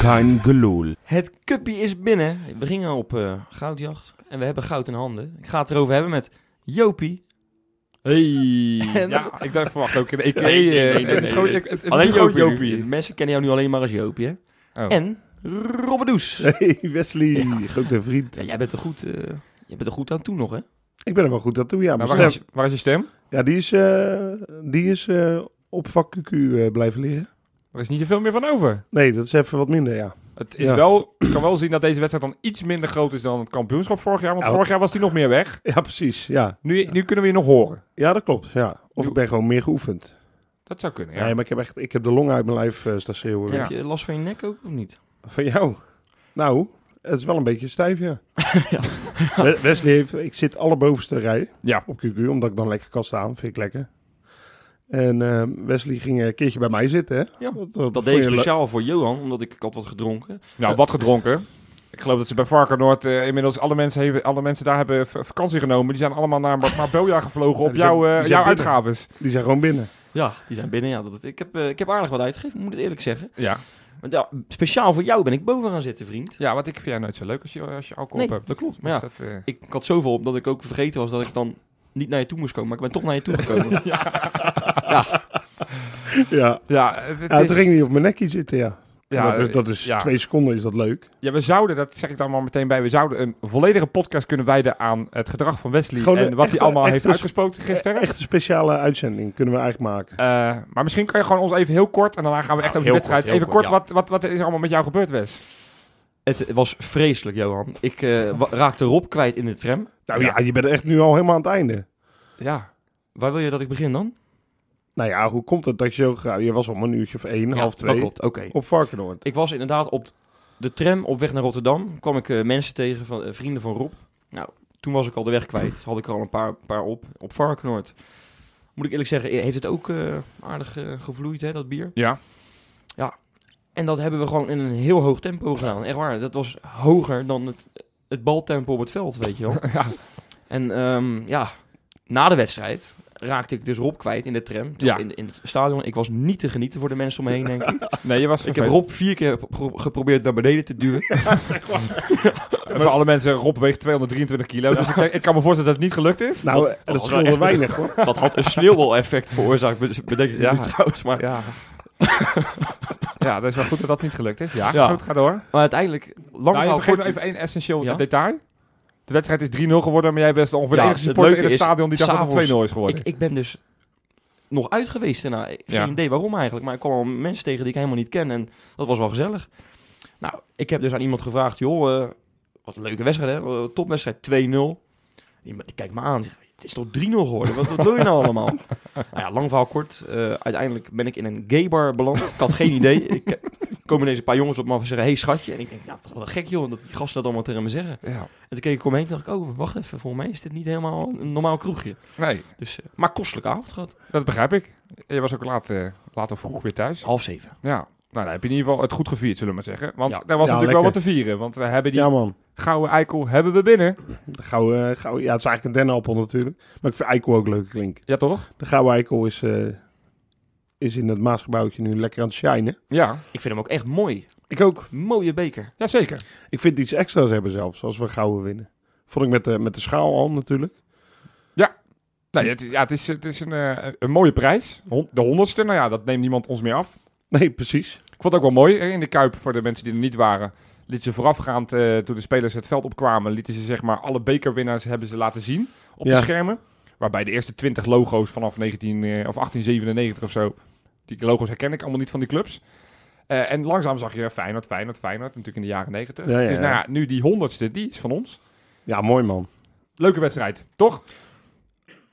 kein geloel. Het cupje is binnen. We gingen op eh, goudjacht en we hebben goud in handen. Ik ga het erover hebben met Jopie. Hey. En- Ja, ik dacht, verwacht ook. Ik, ik, Nee, nee, eh, nee, nee, het is gewoon, nee. ik- het is Alleen gewoon Jopie. Jopie. Mensen kennen jou nu alleen maar als Jopie, hè? Oh. En Robbedoes. Hey Wesley, grote vriend. Ja, jij bent er goed, eh, jij bent er goed aan toe nog, hè? Ik ben er wel goed aan toe, ja. Maar Mijn waar, is, stem- je- waar is je stem? Ja, die is, eh, die is eh, op vak QQ eh, blijven liggen. Er is niet zoveel meer van over. Nee, dat is even wat minder, ja. Het is Ja. wel, ik kan wel zien dat deze wedstrijd dan iets minder groot is dan het kampioenschap vorig jaar. Want Nou. vorig jaar was die nog meer weg. Ja, precies, ja. Nu, nu kunnen we je nog horen. Ja, dat klopt, ja. Of ik ben gewoon meer geoefend. Dat zou kunnen, ja. Nee, maar ik heb echt, ik heb de long uit mijn lijf eh staan schreeuwen. Ja. Heb je last van je nek ook, of niet? Van jou? Nou, het is wel een beetje stijf, ja. We- Wesley heeft, ik zit allerbovenste rij Ja. op QQ, omdat ik dan lekker kan staan, vind ik lekker. En eh, Wesley ging een keertje bij mij zitten, hè? Ja, vond Dat deed ik dus. je le- speciaal voor Johan, omdat ik ik had wat gedronken. Nou, wat gedronken. Ik geloof dat ze bij Varkenoord eh, inmiddels alle mensen, hebben, alle mensen daar hebben v- vakantie genomen. Die zijn allemaal naar Mar- Marbella gevlogen Ja, op die zijn- jouw, eh, die zijn jouw binnen. uitgaves. Die zijn gewoon binnen. Ja, die zijn binnen. Ja, dat, het- ik, heb, eh, ik heb aardig wat uitgegeven, moet het eerlijk zeggen. Ja. Maar ja, speciaal voor jou ben ik boven gaan zitten, vriend. ja, want ik vind jou nooit zo leuk als je, als je alcohol Nee, op hebt. dat klopt. Maar Dus ja, dat, eh, ik had zoveel op dat ik ook vergeten was dat ik dan niet naar je toe moest komen. Maar ik ben toch naar je toe gekomen. Ja, ja, het, het ja is- toen ging hij op mijn nekje zitten, ja. ja, dat is, dat is ja. twee seconden is dat leuk. Ja, we zouden, dat zeg ik dan maar meteen bij, we zouden een volledige podcast kunnen wijden aan het gedrag van Wesley Gewoon en een wat hij echte- allemaal echte heeft sp- uitgesproken gisteren. Echt een speciale uitzending kunnen we eigenlijk maken. Eh, maar misschien kan je gewoon ons even heel kort, en daarna gaan we echt Ja, over de heel wedstrijd. kort, heel even kort, kort, wat, wat, wat is er allemaal met jou gebeurd, Wes? het was vreselijk, Johan. Ik eh, wa- raakte Rob kwijt in de tram. Nou Ja. ja. je bent echt nu al helemaal aan het einde. Ja, Waar wil je dat ik begin dan? Nou ja, hoe komt het dat je zo graag... Je was om een uurtje of één, half Ja, Dat twee, klopt, oké. op Varkenoord. Ik was inderdaad op de tram op weg naar Rotterdam. kwam ik eh, mensen tegen, van, eh, vrienden van Rob. Nou, toen was ik al de weg kwijt. Dus had ik er al een paar, paar op. Op Varkenoord. Moet ik eerlijk zeggen, eh, heeft het ook eh, aardig eh, gevloeid, hè, dat bier. ja. En dat hebben we gewoon in een heel hoog tempo gedaan. Echt waar, dat was hoger dan het, het baltempo op het veld, weet je wel. Ja. En ehm, ja, na de wedstrijd raakte ik dus Rob kwijt in de tram. Ja. In, in het stadion. Ik was niet te genieten voor de mensen om me heen, denk ik. Nee, je was ik heb Rob vier keer pro- geprobeerd naar beneden te duwen. Voor alle mensen, Rob weegt 223 kilo. Dus ik, denk- ik kan me voorstellen dat het niet gelukt is. Nou, dat- eh, dat dat, was wel scheelde echt- weinig, hoor. Dat had een sneeuwbaleffect veroorzaakt, bed- bedenk ik Ja. nu trouwens. Maar, Ja. ja, dat is wel goed dat dat niet gelukt is. Ja, Ja. goed, ga door. maar uiteindelijk, lang Nou, je verhaal vergeet me kort. even één essentieel Ja? detail. De wedstrijd is 3-0 geworden, maar jij bent ongeveer Ja, de enige het supporter in leuke het is, stadion die dacht dat het s'avonds- 2-0 is geworden. Ik, ik ben dus nog uit geweest daarna. Ik heb Ja. geen idee waarom eigenlijk, maar ik kwam al mensen tegen die ik helemaal niet ken. En dat was wel gezellig. Nou, ik heb dus aan iemand gevraagd, joh, eh, wat een leuke wedstrijd hè, Eh, topwedstrijd 2-0. Iemand die kijkt me aan en zegt, het is toch 3-0 geworden, wat, wat wil je nou allemaal? nou ja, lang verhaal kort, Eh, uiteindelijk ben ik in een gaybar beland. Ik had geen idee. Ik, eh, komen deze paar jongens op me af en zeggen, hey schatje. En ik denk, nou, wat, wat gek joh, dat die gasten dat allemaal tegen me zeggen. Ja. En toen keek ik omheen en dacht ik, oh, wacht even, volgens mij is dit niet helemaal een normaal kroegje. Nee, Dus, eh, maar kostelijke avond gehad. dat begrijp ik. Je was ook laat, eh, laat of vroeg weer thuis. Half zeven. Ja. Nou, dan heb je in ieder geval het goed gevierd, zullen we maar zeggen. Want Ja. er was natuurlijk lekker. wel wat te vieren. Want we hebben die Ja, man. gouden eikel hebben we binnen. De gouden, eh, gouden, ja, het is eigenlijk een dennenappel natuurlijk. Maar ik vind eikel ook leuk klinken. Ja, toch? De gouden eikel is, eh, is in het Maasgebouwtje nu lekker aan het shinen. Ja. Ik vind hem ook echt mooi. Ik ook. Mooie beker. Jazeker. Ik vind iets extra's hebben zelfs, als we gouden winnen. Vond ik met de, met de schaal al natuurlijk. Nee, het, is- ja, het is, het is een, eh, een mooie prijs. Hon- De honderdste, nou ja, dat neemt niemand ons meer af. Nee, precies. Ik vond het ook wel mooi eh, in de Kuip voor de mensen die er niet waren. Liet ze voorafgaand, eh, toen de spelers het veld opkwamen, lieten ze zeg maar alle bekerwinnaars hebben ze laten zien op Ja. de schermen. Waarbij de eerste 20 logo's vanaf 19, eh, of 1897 of zo, die logo's herken ik allemaal niet van die clubs. Eh, en langzaam zag je Feyenoord, Feyenoord, Feyenoord, natuurlijk in de jaren 90. Ja, ja, dus nou ja. ja, nu die honderdste, die is van ons. Ja, mooi man. Leuke wedstrijd, toch?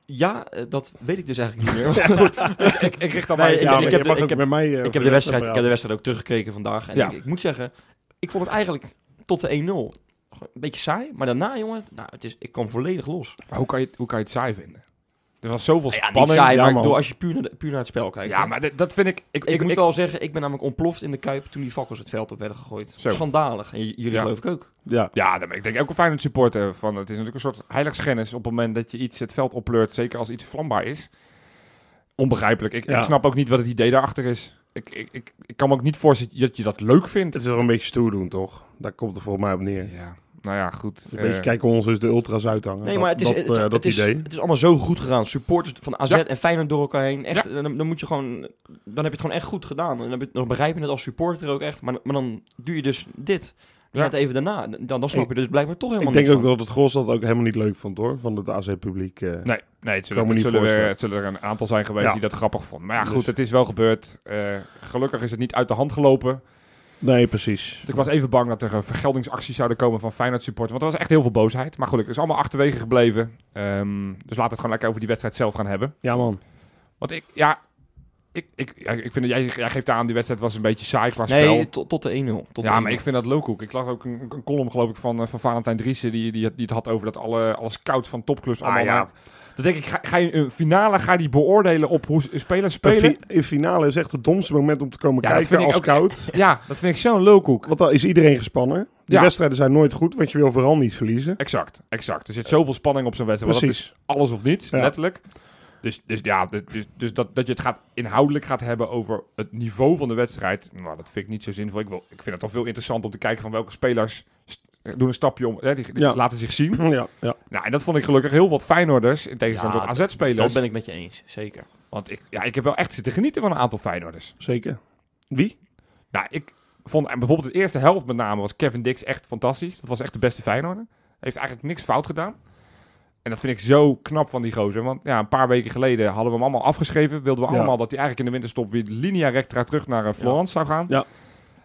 Ja, eh, dat weet ik dus eigenlijk niet meer. ik, ik richt dan Nee, ik- maar even ja, aan. maar heb je de- mag ik ook heb- met mij... eh, ik, over heb de wedstrijd, ik praten. heb de wedstrijd ook teruggekeken vandaag. En Ja. ik, ik moet zeggen, ik vond het eigenlijk tot de 1-0 gewoon een beetje saai. Maar daarna, jongen, nou, het is, ik kwam volledig los. Maar Hoe kan, je, het- hoe kan je het saai vinden? Er was zoveel Nou Ja, niet spanning. saai, ja, maar ik man. bedoel, als je puur naar, de- puur naar het spel kijkt. ja, hè. maar dit- dat vind ik... Ik, ik, moet wel zeggen, ik ben namelijk ontploft in de Kuip toen die fakkels het veld op werden gegooid. Zo. Schandalig. En j- jullie Ja. geloof ik ook. Ja, Ja, dan ben ik denk ik ook een Feyenoord supporter van. Het is natuurlijk een soort heiligschennis op het moment dat je iets het veld opleurt, zeker als iets vlambaar is. Onbegrijpelijk. Ik, Ja. ik snap ook niet wat het idee daarachter is. Ik, ik, ik, ik kan me ook niet voorstellen dat je dat leuk vindt. Het is wel een beetje stoer doen, toch? Daar komt het volgens mij op neer. Ja, nou ja, goed. Een eh, beetje kijken hoe ons is de ultra's uithangen. Nee, Dat- maar het is, dat, het, eh, het dat is, idee. het is allemaal zo goed gegaan. Supporters van AZ Ja. en Feyenoord door elkaar heen. Echt, eh, dan, dan moet je gewoon, dan heb je het gewoon echt goed gedaan. En dan, heb je, dan begrijp je het als supporter ook echt. Maar, maar dan doe je dus dit. Ja. Net even daarna. Dan, dan snap je dus blijkbaar toch helemaal Ik denk niks ook van. dat het gros dat ook helemaal niet leuk vond, hoor. Van het AC-publiek. eh. Nee, nee het, zullen, Kan me het, niet zullen er, voorstellen. het zullen er een aantal zijn geweest Ja. die dat grappig vonden. Maar ja, Dus- goed, het is wel gebeurd. Eh, gelukkig is het niet uit de hand gelopen. nee, precies. Ik was even bang dat er eh, vergeldingsacties zouden komen van Feyenoord supporters. Want er was echt heel veel boosheid. Maar goed, het is allemaal achterwege gebleven. Ehm, dus laten we het gewoon lekker over die wedstrijd zelf gaan hebben. Ja, man. Want ik, ja, ik, ik, ja, ik vind dat jij, jij geeft aan, die wedstrijd was een beetje saai qua spel. Nee, tot, tot de 1-0. Tot de ja, 1-0. maar ik vind dat leuk Ik las ook een, een column, geloof ik, van, eh, van Valentijn Driessen. Die, die, het- die het had over dat alle, alle scouts van topclubs Ah, allemaal... ja. naar- Dan denk ik, ga, ga je een finale ga je die beoordelen op hoe s- spelers Een spelen? fi- een finale is echt het domste moment om te komen Ja, dat vind kijken ik als ook. koud. Ja, dat vind ik zo'n lulkoek. Want dan is iedereen gespannen. Die Ja. wedstrijden zijn nooit goed, want je wil vooral niet verliezen. Exact, exact. Er Eh, zit zoveel spanning op zo'n wedstrijd. want dat Precies. is alles of niets, Ja. letterlijk. Dus, dus ja, dus- dus, dus dat, dat je het gaat, inhoudelijk gaat hebben over het niveau van de wedstrijd. Nou, dat vind ik niet zo zinvol. Ik, wil, ik vind het al veel interessant om te kijken van welke spelers st- doen een stapje om. Hè, die, die Ja. laten zich zien. Ja, ja. Nou, en dat vond ik gelukkig heel wat Feyenoorders. In tegenstelling Ja, tot AZ-spelers. Dat ben ik met je eens, zeker. Want ik, ja, ik heb wel echt zitten genieten van een aantal Feyenoorders. zeker. Wie? Nou, ik vond en bijvoorbeeld de eerste helft met name was Kevin Dix echt fantastisch. Dat was echt de beste Feyenoorder. Heeft eigenlijk niks fout gedaan. En dat vind ik zo knap van die gozer. Want ja, een paar weken geleden hadden we hem allemaal afgeschreven. Wilden we Ja. allemaal dat hij eigenlijk in de winterstop weer linea recta terug naar eh, Florence zou gaan. Ja.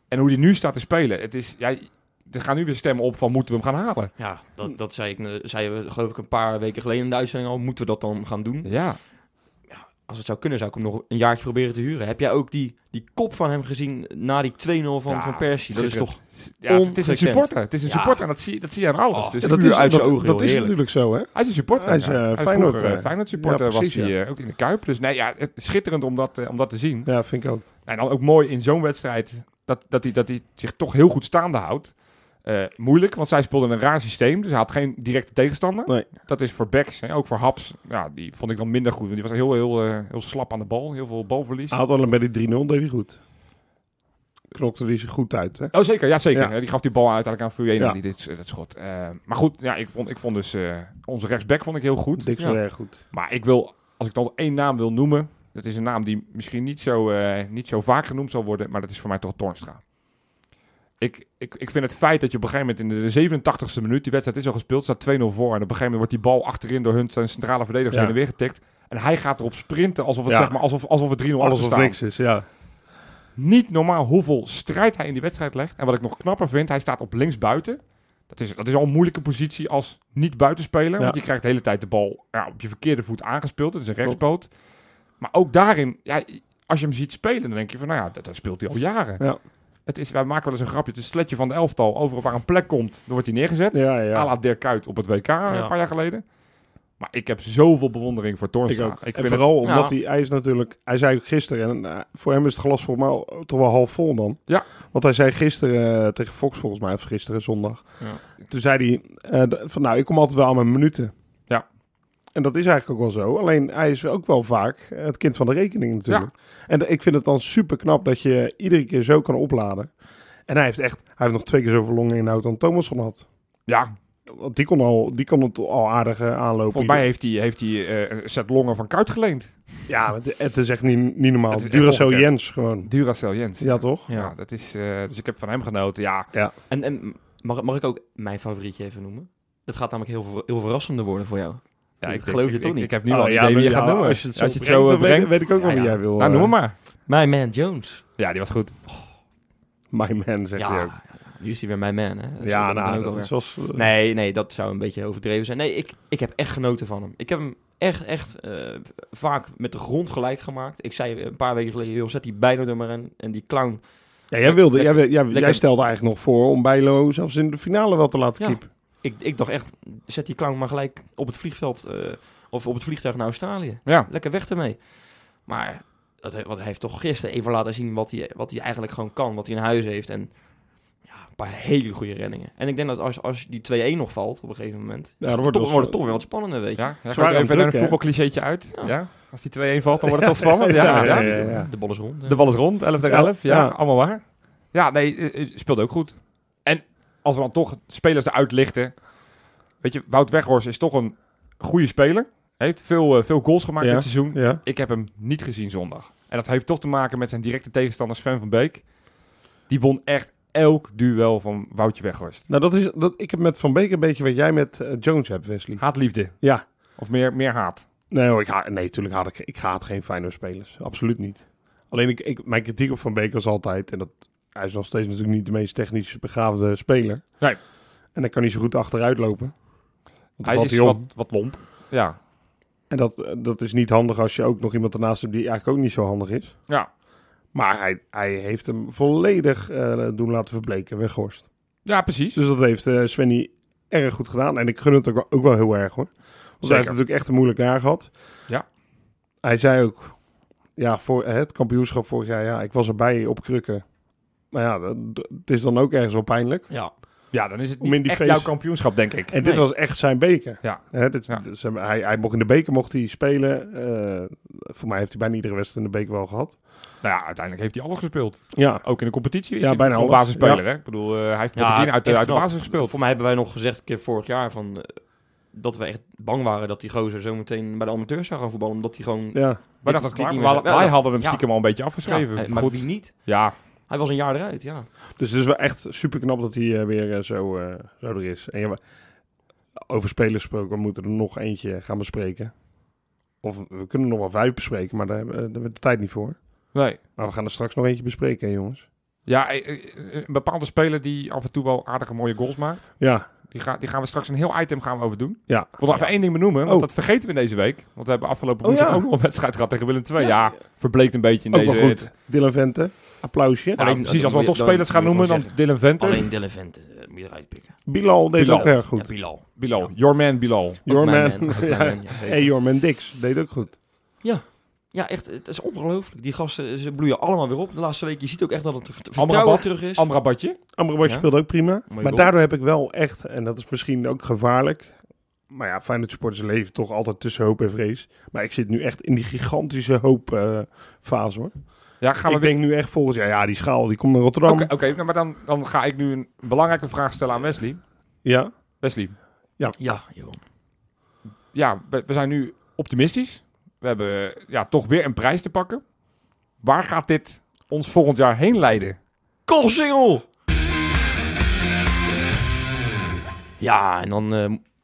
En hoe hij nu staat te spelen. Het is, ja, er gaan nu weer stemmen op van moeten we hem gaan halen. Ja, dat, dat zei, ik, eh, zeiden we geloof ik een paar weken geleden in de uitzending al. Moeten we dat dan gaan doen? Ja. als het zou kunnen, zou ik hem nog een jaartje proberen te huren. Heb jij ook die, die kop van hem gezien na die 2-0 van, Ja, van Persie? Dat is schitterend. toch... ja het is een Ongekend. supporter. Het is een Ja. supporter. En dat zie, dat zie je aan alles. Oh, dus ja, dat vuur is, uit dat, zijn ogen, dat joh, is heerlijk. natuurlijk zo, hè? Hij is een supporter. Hij is, eh, ja. Hij is Feyenoord, vroeger, eh, eh, Feyenoord supporter ja, was precies, hij eh, ook in de Kuip. Dus nee, ja, het- schitterend om dat, eh, om dat te zien. Ja, vind ik ook. Nou, En dan ook mooi in zo'n wedstrijd dat, dat, hij, dat hij zich toch heel goed staande houdt. Eh, moeilijk, want zij speelde in een raar systeem. Dus hij had geen directe tegenstander. Nee. Dat is voor backs, hè, ook voor Haps. Ja, die vond ik dan minder goed. Want die was heel, heel, eh, heel slap aan de bal. Heel veel balverlies. Hij had alleen bij die 3-0 deed hij goed. Knokte hij zich goed uit, hè? Oh, zeker. Ja, zeker. Ja. Ja, Die gaf die bal uiteindelijk aan Fuyeno, Ja. die dit, dat schot. Eh, maar goed, ja, ik, vond, ik vond dus eh, onze rechtsback vond ik heel goed. Dik Ja. zo erg goed. Maar ik wil, als ik dan één naam wil noemen, dat is een naam die misschien niet zo, eh, niet zo vaak genoemd zal worden, maar dat is voor mij toch Tornstra. Ik, ik, ik vind het feit dat je op een gegeven moment in de 87ste minuut, die wedstrijd is al gespeeld, staat 2-0 voor. En op een gegeven moment wordt die bal achterin door hun zijn centrale verdediger Ja. heen en weer getikt. En hij gaat erop sprinten alsof het, Ja. zeg maar, alsof, alsof het 3-0 Alles achter of staat. niks is, ja. Niet normaal hoeveel strijd hij in die wedstrijd legt. En wat ik nog knapper vind, hij staat op linksbuiten. Dat is, dat is al een moeilijke positie als niet Ja. buitenspeler. Want je krijgt de hele tijd de bal ja, op je verkeerde voet aangespeeld. Dat is een rechtspoot. Maar ook daarin, ja, als je hem ziet spelen, dan denk je van, nou ja, dat, dat speelt hij al jaren. Ja. Het is, wij maken wel eens een grapje. Het is het sletje van de elftal. Overal waar een plek komt, dan wordt hij neergezet. Ja, À ja. la Dirk Kuyt op het WK een paar jaar geleden. Maar ik heb zoveel bewondering voor Ik Tornstra. ook. en vind het- vooral omdat Ja. hij, hij is natuurlijk... Hij zei ook gisteren, en eh, voor hem is het glas voor mij toch wel half vol dan. Ja. Want hij zei gisteren eh, tegen Fox volgens mij, of gisteren zondag. Ja. Toen zei hij eh, d- van nou, ik kom altijd wel aan mijn minuten. Ja. En dat is eigenlijk ook wel zo. Alleen hij is ook wel vaak eh, het kind van de rekening natuurlijk. En d- ik vind het dan super knap dat je iedere keer zo kan opladen. En hij heeft echt, hij heeft nog twee keer zoveel longen inhoud dan Thomasson had. ja, Want die kon, al, die kon het al aardig eh, aanlopen. volgens mij heeft hij, heeft hij eh, een set longen van Kuyt geleend. Ja, het, het is echt niet, niet normaal. Het is echt Duracell ongekend. Jens gewoon. Duracell Jens. Ja, Ja, toch? Ja. dat is, eh, dus ik heb van hem genoten. Ja, En, en mag, mag ik ook mijn favorietje even noemen? Het gaat namelijk heel, ver- heel verrassender worden voor jou. ja Dat geloof je toch ik, niet? Ik heb nu al een idee wie Oh, maar je gaat noemen. Als je het zo, zo brengt, eh, dan weet- brengt. weet ik ook wel Ja, wie ja. jij wil. nou, noem eh, hem maar. My man Jones. Ja, die was goed. My man, zegt ja, hij ook. ja, nu is hij weer my man, hè? Dus Dat Ja, is- dat kan nou, ook dat alweer. is wel... s- Nee, nee, dat zou een beetje overdreven zijn. Nee, ik, ik heb echt genoten van hem. Ik heb hem echt, echt eh, vaak met de grond gelijk gemaakt. Ik zei een paar weken geleden, joh, zet die bijna er maar in. En die clown. Ja, jij, wilde, jij, wil- jij, jij Lekker. stelde eigenlijk nog voor om Bijlo zelfs in de finale wel te laten Ja. keepen. Ik, ik dacht echt, zet die clown maar gelijk op het vliegveld eh, of op het vliegtuig naar Australië. Ja, lekker weg ermee. Maar dat, he- wat hij heeft toch gisteren even laten zien wat hij, wat hij eigenlijk gewoon kan, wat hij in huis heeft. En ja, een paar hele goede reddingen. En ik denk dat als, als die 2-1 nog valt op een gegeven moment, Ja, dan toch, wordt wordt het het toch weer wat spannender, weet je. ja. ja Zwaar gooi er aan even druk, een hè? voetbalclichétje uit. Ja. Ja. Als die 2-1 valt, dan wordt het toch spannend. Ja, ja, ja, ja. De bal is rond. hè. De bal is rond, 11 tegen Ja, 11. Ja, ja. allemaal waar. Ja, nee, eh, eh, speelde ook goed. En als we dan toch spelers eruit lichten. Weet je, Wout Weghorst is toch een goede speler. Heeft veel, eh, veel goals gemaakt Ja. dit seizoen. Ja. Ik heb hem niet gezien zondag. En dat heeft toch te maken met zijn directe tegenstander Sven van Beek. Die won echt elk duel van Woutje Weghorst. Nou, dat is, dat, ik heb met Van Beek een beetje wat jij met eh, Jones hebt, Wesley. Haatliefde. Ja. Of meer, meer haat. Nee, hoor, ik ha- nee natuurlijk haat ik, ik haat geen Feyenoord spelers. Absoluut niet. Alleen ik, ik, mijn kritiek op Van Beek was altijd, en dat, hij is nog steeds natuurlijk niet de meest technisch begaafde speler. Nee. En dan kan hij zo goed achteruit lopen. Want dan Hij valt is hij om. wat, wat lomp. Ja, En dat, eh, dat is niet handig als je ook nog iemand ernaast hebt die eigenlijk ook niet zo handig is. Ja. Maar hij, hij heeft hem volledig eh, doen laten verbleken, Weghorst. ja precies. Dus dat heeft eh Svenny erg goed gedaan. En ik gun het ook wel, ook wel heel erg hoor. Want Zeker. hij heeft natuurlijk echt een moeilijk jaar gehad. Ja. Hij zei ook, ja, voor eh, het kampioenschap vorig jaar, ja, ik was erbij op krukken. Maar ja, dat, dat- het is dan ook ergens wel pijnlijk. Ja. Ja, dan is het Om niet in die echt feest- jouw kampioenschap, denk ik. En dit Nee. was echt zijn beker. Ja. Hè, dit, Ja. dit is hem- hij, hij mocht in de beker mocht hij spelen. Eh, voor mij heeft hij bijna iedere wedstrijd in de beker wel gehad. Nou ja, uiteindelijk heeft hij alles gespeeld. Ja. Ook in de competitie is Ja, hij bijna gewoon alles. basisspeler. Hè? Ik bedoel, eh, hij heeft met de uit, de- echt uit de knap. basis gespeeld. Voor mij hebben wij nog gezegd een keer vorig jaar van, eh, dat we echt bang waren dat die gozer zo meteen bij de amateurs zou gaan voetballen. Omdat hij gewoon... ja. Wij dit- dachten dat dit klaar niet was. meer zou- Wij ja, hadden hem ja. stiekem al een beetje ja, afgeschreven. eh, Ja, maar Goed. wie niet? Ja, Hij was een jaar eruit, ja. Dus het is wel echt super knap dat hij eh, weer eh, zo, eh, zo er is. En ja, we- over spelers gesproken, we moeten er nog eentje gaan bespreken. Of we kunnen nog wel vijf bespreken, maar daar hebben we daar hebben we de tijd niet voor. nee. Maar we gaan er straks nog eentje bespreken, hè, jongens. Ja, eh, eh, een bepaalde speler die af en toe wel aardige mooie goals maakt. Ja, Die, ga, die gaan we straks een heel item gaan we over doen. Ja. Ik wil nog even één ding benoemen, want Oh. dat vergeten we deze week. Want we hebben afgelopen Oh, woensdag ja. ook nog een wedstrijd gehad tegen Willem II. Ja, verbleekt een beetje in ook deze... wel goed. Dylan Vente, applausje. Nou, Alleen- precies, als we dan toch moet je- spelers gaan dan moet noemen, je dan gewoon Dylan Venter, Alleen Delevent eh, moet je eruit pikken. Bilal deed Bilal. ook erg goed. Ja, Bilal. Bilal, your man Bilal. Ook Your mijn man. ook mijn Ja. man, ja, zeker. En Jorman Dix deed ook goed. Ja, echt, het is ongelooflijk. Die gasten, ze bloeien allemaal weer op. De laatste week, je ziet ook echt dat het vert- Amrabat. vertrouwen terug is. Amrabatje. Amrabat Ja. speelde ook prima. Mooi maar goal. daardoor heb ik wel echt, en dat is misschien ook gevaarlijk. Maar ja, Feyenoord supporters leven toch altijd tussen hoop en vrees. Maar ik zit nu echt in die gigantische hoop eh, fase hoor. Ja, gaan we ik weer... denk nu echt volgend jaar, ja die schaal die komt naar Oké, Rotterdam. oké, nou, maar dan, dan ga ik nu een belangrijke vraag stellen aan Wesley. Ja, Wesley, Ja, joh. ja, we, we zijn nu optimistisch. We hebben eh, ja, toch weer een prijs te pakken. Waar gaat dit ons volgend jaar heen leiden? Koolsingel! Ja, en dan... eh,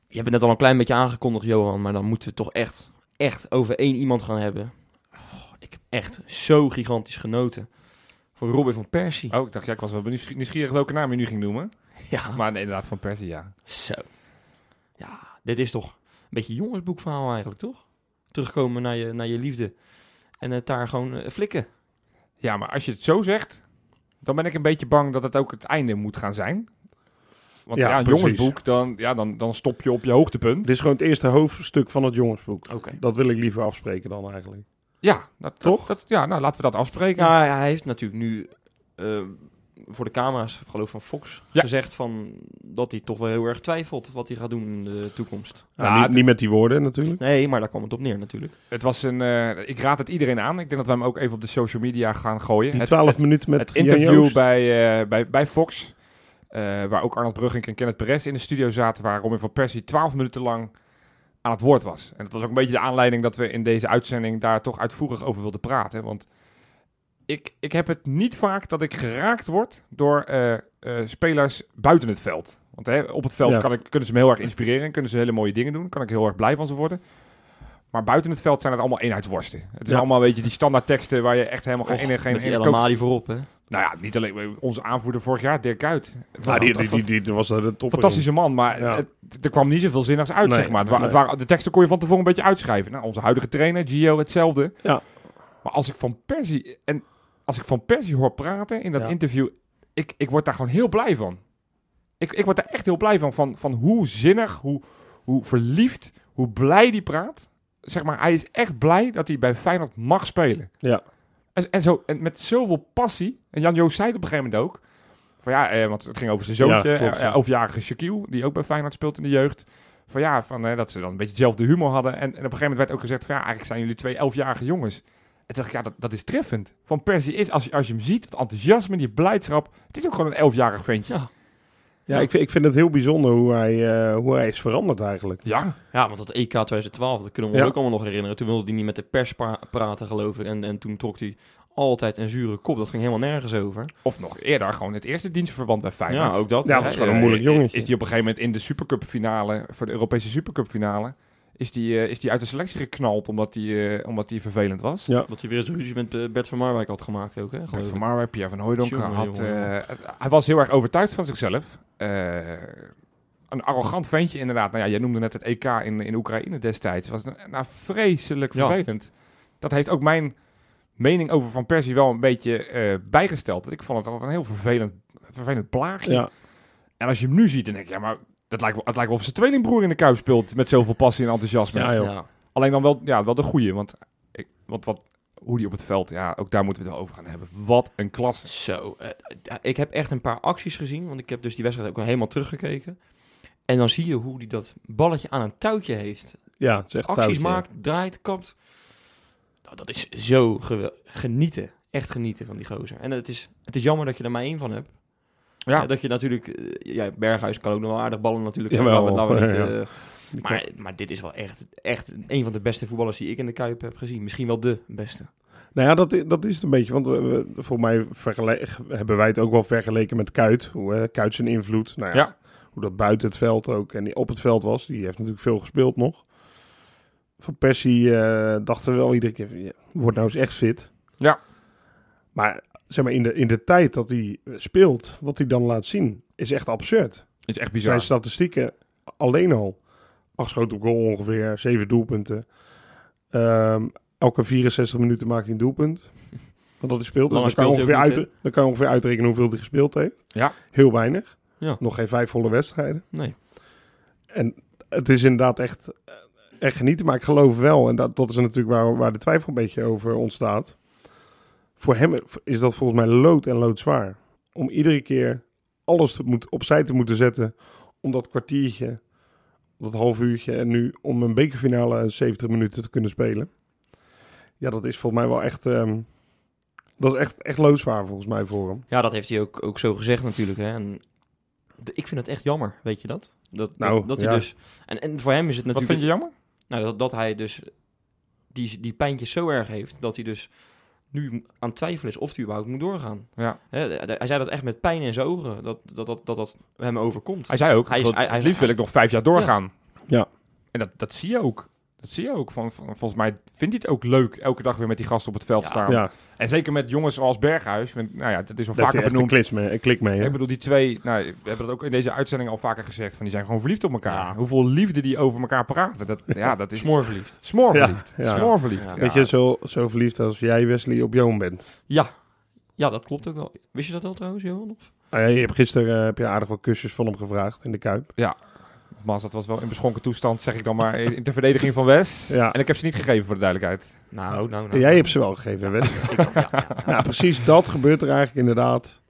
je hebt het net al een klein beetje aangekondigd, Johan. Maar dan moeten we toch echt, echt over één iemand gaan hebben. Oh, ik heb echt zo gigantisch genoten. Van Robin van Persie. Oh, ik dacht, ja, ik was wel benieuwd- nieuwsgierig welke naam je nu ging noemen. Ja, Maar nee, inderdaad, van Persie, ja. zo. Ja, dit is toch een beetje een jongensboekverhaal eigenlijk, toch? Terugkomen naar je, naar je liefde. En het daar gewoon eh, flikken. Ja, maar als je het zo zegt, dan ben ik een beetje bang dat het ook het einde moet gaan zijn. Want ja, Ja, een precies. jongensboek, dan, ja, dan, dan stop je op je hoogtepunt. dit is gewoon het eerste hoofdstuk van het jongensboek. Oké. Dat wil ik liever afspreken dan eigenlijk. Ja, dat, Toch? Dat, ja, nou, laten we dat afspreken. Ja, hij heeft natuurlijk nu eh, voor de camera's, geloof ik, van Fox, Ja. gezegd van dat hij toch wel heel erg twijfelt wat hij gaat doen in de toekomst. Ja, Ja, Nou, niet, het- niet met die woorden natuurlijk. Nee, maar daar kwam het op neer natuurlijk. Het was een, eh, ik raad het iedereen aan. Ik denk dat we hem ook even op de social media gaan gooien. Die Het- 12 het- minuten met het Jan interview Joost. bij, eh, bij, bij Fox, eh, waar ook Arnold Brugging en Kenneth Perez in de studio zaten, waar Robin van Persie 12 minuten lang aan het woord was. En dat was ook een beetje de aanleiding dat we in deze uitzending daar toch uitvoerig over wilden praten. Want ik, ik heb het niet vaak dat ik geraakt word door eh, eh, spelers buiten het veld. Want hè, op het veld Ja. kan ik, kunnen ze me heel erg inspireren en kunnen ze hele mooie dingen doen. Kan ik heel erg blij van ze worden. Maar buiten het veld zijn het allemaal eenheidsworsten. Het is Ja. allemaal, weet je, die standaard teksten waar je echt helemaal geen, Och, ene- geen, met die ene El kook- Amadi voorop, hè? nou ja, niet alleen onze aanvoerder vorig jaar, Dirk Kuyt. Het was Ah, die, een die, die, die- die was eh, de top. fantastische man, maar Ja. het- er kwam niet zoveel zinnigs uit, Nee, zeg maar. Het wa- nee. het waren, de teksten kon je van tevoren een beetje uitschrijven. Nou, onze huidige trainer, Gio, hetzelfde. Ja. Maar als ik van Persie, en als ik van Persie hoor praten in dat Ja. interview, ik, ik word daar gewoon heel blij van. Ik, ik word daar echt heel blij van, van, van hoe zinnig, hoe, hoe verliefd, hoe blij die praat. Zeg maar, hij is echt blij dat hij bij Feyenoord mag spelen. Ja. En, en, zo, en met zoveel passie. En Jan-Joos zei het op een gegeven moment ook. Van ja, eh, want het ging over zijn Ja, zoontje, klopt, eh, ja. eh, overjarige Shaquille, die ook bij Feyenoord speelt in de jeugd. Van ja, van, eh, dat ze dan een beetje dezelfde humor hadden. En, en op een gegeven moment werd ook gezegd van ja, eigenlijk zijn jullie twee elfjarige jongens. En toen dacht ik, ja, dat, dat is treffend. Van Persie is, als je, als je hem ziet, het enthousiasme, die blijdschap. Het is ook gewoon een elfjarig ventje. Ja. Ja, ik, vind- ik vind het heel bijzonder hoe hij, eh, hoe hij is veranderd eigenlijk. Ja, Ja, want dat E EK 2012, dat kunnen we ons Ja. ook allemaal nog herinneren. Toen wilde hij niet met de pers pra- praten, geloof ik. En, en toen trok hij altijd een zure kop. Dat ging helemaal nergens over. Of nog eerder, gewoon het eerste dienstverband bij Feyenoord. Ja, ook dat. Ja, hè. dat is Hè, gewoon een eh, moeilijk jongetje. Is die op een gegeven moment in de Supercup finale, voor de Europese Supercup finale, is die, eh, is die uit de selectie geknald omdat die, eh, omdat die vervelend was? Ja. Dat hij weer eens ruzie met eh, Bert van Marwijk had gemaakt ook, hè? geloof Bert van ik. Marwijk, Pierre van Hooijdonk Jongen, had... jongen. eh, hij was heel erg overtuigd van zichzelf. Eh, een arrogant ventje inderdaad. Nou ja, jij noemde net het EK in, in Oekraïne destijds. Het was nou, nou, vreselijk Ja. vervelend. Dat heeft ook mijn mening over Van Persie wel een beetje eh, bijgesteld. Ik vond het altijd een heel vervelend, vervelend plaagje. Ja, En als je hem nu ziet, dan denk je, ja, maar dat lijkt, wel, het lijkt wel of zijn tweelingbroer in de kuip speelt met zoveel passie en enthousiasme. ja joh. Ja. Alleen dan wel, ja, wel de goeie, want, ik, want wat, hoe die op het veld, ja, ook daar moeten we het wel over gaan hebben. Wat een klasse. Zo, eh, eh, ik heb echt een paar acties gezien, want ik heb dus die wedstrijd ook helemaal teruggekeken. En dan zie je hoe hij dat balletje aan een touwtje heeft. ja, het is echt Acties thuis, ja. maakt, draait, kapt. Nou, dat is zo gewe- genieten. Echt genieten van die gozer. En het is, het is jammer dat je er maar één van hebt. Ja. Eh, dat je natuurlijk... eh, ja, Berghuis kan ook nog wel aardig ballen natuurlijk. Jawel. Laten we- laten we niet, Ja. eh, Die kan- maar, maar dit is wel echt, echt een van de beste voetballers die ik in de Kuip heb gezien. Misschien wel de beste. Nou ja, dat, i- dat is het een beetje. Want eh, we, we- volgens mij vergele- hebben wij het ook wel vergeleken met Kuit. Hoe eh, Kuit zijn invloed. Nou ja, Ja. Hoe dat buiten het veld ook en die op het veld was. Die heeft natuurlijk veel gespeeld nog. Van Persie eh, dachten we wel iedere keer... van, Ja, wordt nou eens echt fit. Ja. Maar zeg maar, in de, in de tijd dat hij speelt, wat hij dan laat zien, is echt absurd. Is echt Zijn bizar. statistieken alleen al. Acht schoten op goal ongeveer, zeven doelpunten. Ehm, elke 64 minuten maakt hij een doelpunt. Want dat is speelt. Dus Langer dan kan, je speelt hij ongeveer uit, ook niet, dan kan je ongeveer uitrekenen hoeveel hij gespeeld heeft. Ja. Heel weinig. Ja. Nog geen vijf volle wedstrijden. Nee. En het is inderdaad echt, echt genieten. Maar ik geloof wel, en dat, dat is natuurlijk waar, waar de twijfel een beetje over ontstaat. Voor hem is dat volgens mij lood en loodzwaar. Om iedere keer alles te moet, opzij te moeten zetten. Om dat kwartiertje, dat half uurtje en nu om een bekerfinale 70 minuten te kunnen spelen. Ja, dat is volgens mij wel echt... ehm, dat is echt, echt loodzwaar volgens mij voor hem. Ja, dat heeft hij ook, ook zo gezegd natuurlijk. Hè. En d- ik vind het echt jammer, weet je dat? Dat, Nou, dat, dat hij ja. dus... En, en voor hem is het Wat natuurlijk... vind je jammer? Nou, dat, dat hij dus die, die pijntjes zo erg heeft... dat hij dus nu aan het twijfelen is of hij überhaupt moet doorgaan. Ja. Hè, de- de- hij zei dat echt met pijn in zijn ogen. Dat dat, dat, dat, dat hem overkomt. Hij zei ook, Hij is- ik wil- hij- hij is- het liefst wil ik nog vijf jaar doorgaan. Ja. En dat, dat zie je ook. Dat zie je ook. Van, van- volgens mij vindt hij het ook leuk elke dag weer met die gasten op het veld Ja. staan. Ja, En zeker met jongens zoals Berghuis. want, Nou ja, dat is daar al heeft hij vaker echt een benoemd. klik mee. Een klik mee hè? Ik bedoel, die twee, nou, we hebben dat ook in deze uitzending al vaker gezegd, van die zijn gewoon verliefd op elkaar. Ja. Hoeveel liefde die over elkaar praten, dat, ja, dat is Smoorverliefd. smoorverliefd. Ja, ja. Smoorverliefd. Ja. Ja. Weet je, zo, zo verliefd als jij Wesley op Johan bent. Ja. Ja, dat klopt ook wel. Wist je dat al trouwens, Johan? Of? Nou ja, je hebt gisteren eh, heb je aardig wat kusjes van hem gevraagd in de Kuip. Nogmaals, dat was wel in beschonken toestand, zeg ik dan maar, in in de verdediging van Wes. Ja. En ik heb ze niet gegeven, voor de duidelijkheid. Nou, nou, En nou. jij hebt ze wel gegeven, hè, Wes? Nou, precies dat gebeurt er eigenlijk inderdaad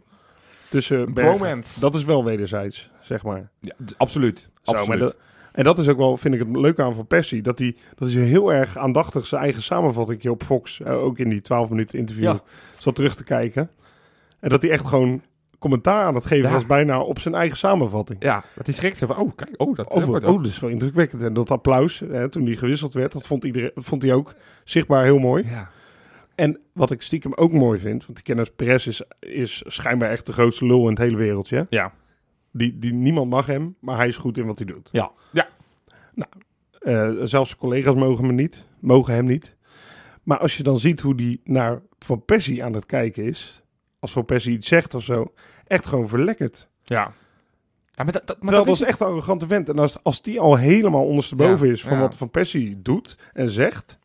tussen Bergen. Bromance. Dat is wel wederzijds, zeg maar. Ja, d- absoluut. Zo, maar absoluut. dat- en dat is ook wel, vind ik het leuk aan van Persie, dat hij dat hij heel erg aandachtig zijn eigen samenvatting op Fox, eh, ook in die 12 minuten interview, Ja. zat terug te kijken. En dat hij echt gewoon commentaar aan het geven Ja. was bijna op zijn eigen samenvatting. Ja, dat is schrikt. Zo van, oh, kijk, oh, dat Over, wordt oh, dat is wel indrukwekkend. En dat applaus, hè, toen die gewisseld werd, dat vond, iedereen, dat vond hij ook zichtbaar heel mooi. Ja. En wat ik stiekem ook mooi vind, want die kennis Perez is, is schijnbaar echt de grootste lul in het hele wereldje. Ja. Die, die, niemand mag hem, maar hij is goed in wat hij doet. Ja. Ja. Nou, eh, zelfs zijn collega's mogen hem niet. Mogen hem niet. Maar als je dan ziet hoe die naar Van Persie aan het kijken is, als Van Persie iets zegt of zo, echt gewoon verlekkerd. ja. Ja, maar dat, dat, maar Terwijl dat dat is... is echt een arrogante vent. En als, als die al helemaal ondersteboven Ja, is van ja. wat Van Persie doet en zegt,